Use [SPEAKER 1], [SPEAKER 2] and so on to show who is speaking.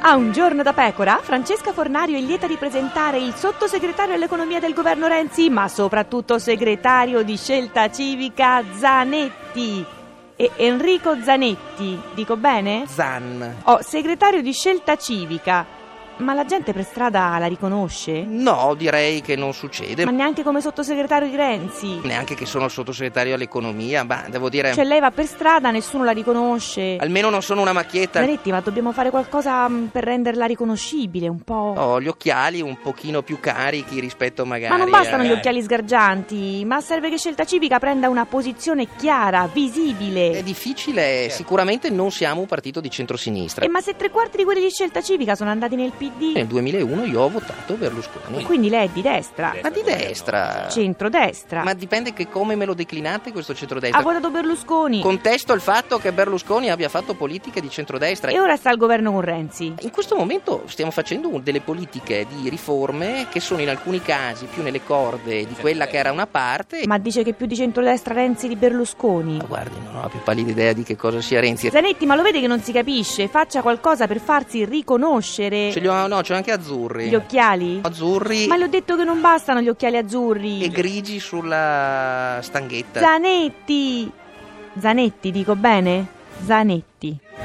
[SPEAKER 1] A un giorno da pecora, Francesca Fornario è lieta di presentare il sottosegretario all'economia del governo Renzi, ma soprattutto segretario di scelta civica Zanetti. E Enrico Zanetti, dico bene?
[SPEAKER 2] Zan.
[SPEAKER 1] Oh, segretario di scelta civica. Ma la gente per strada la riconosce?
[SPEAKER 2] No, direi che non succede.
[SPEAKER 1] Ma neanche come sottosegretario di Renzi.
[SPEAKER 2] Neanche che sono il sottosegretario all'economia, ma devo dire.
[SPEAKER 1] Cioè lei va per strada, nessuno la riconosce.
[SPEAKER 2] Almeno non sono una macchietta.
[SPEAKER 1] Zanetti, ma dobbiamo fare qualcosa mm, per renderla riconoscibile un po'.
[SPEAKER 2] Ho gli occhiali un pochino più carichi rispetto magari. eh.
[SPEAKER 1] Ma non bastano gli
[SPEAKER 2] a-
[SPEAKER 1] occhiali sgargianti, ma serve che Scelta Civica prenda una posizione chiara,
[SPEAKER 2] È
[SPEAKER 1] visibile.
[SPEAKER 2] Eh, difficile, sicuramente non siamo un partito di centrosinistra.
[SPEAKER 1] E ma se tre quarti di quelli di Scelta Civica sono andati nel PD,
[SPEAKER 2] Nel 2001 io ho votato Berlusconi.
[SPEAKER 1] quindi lei è di destra,
[SPEAKER 2] Ma di destra.
[SPEAKER 1] centrodestra.
[SPEAKER 2] eh. Ma eh, dipende che come me lo declinate questo centrodestra.
[SPEAKER 1] Ha votato Berlusconi
[SPEAKER 2] Contesto il fatto che Berlusconi abbia fatto politiche di centrodestra.
[SPEAKER 1] e ora sta al governo con Renzi.
[SPEAKER 2] In questo momento stiamo facendo un- delle politiche di riforme che sono in alcuni casi più nelle corde di quella che era una parte. Ma
[SPEAKER 1] Ma dice che più di centrodestra Renzi di Berlusconi.
[SPEAKER 2] guardi, non ho la più pallida idea di che cosa sia Renzi.
[SPEAKER 1] Zanetti, ma lo vede che non si capisce? Faccia qualcosa per farsi riconoscere.
[SPEAKER 2] Ce li ho, no, c'ho anche
[SPEAKER 1] Gli
[SPEAKER 2] azzurri.
[SPEAKER 1] occhiali?
[SPEAKER 2] Azzurri
[SPEAKER 1] Ma le ho detto che non bastano gli occhiali azzurri.
[SPEAKER 2] e grigi sulla stanghetta.
[SPEAKER 1] Zanetti! Zanetti, dico bene? Zanetti.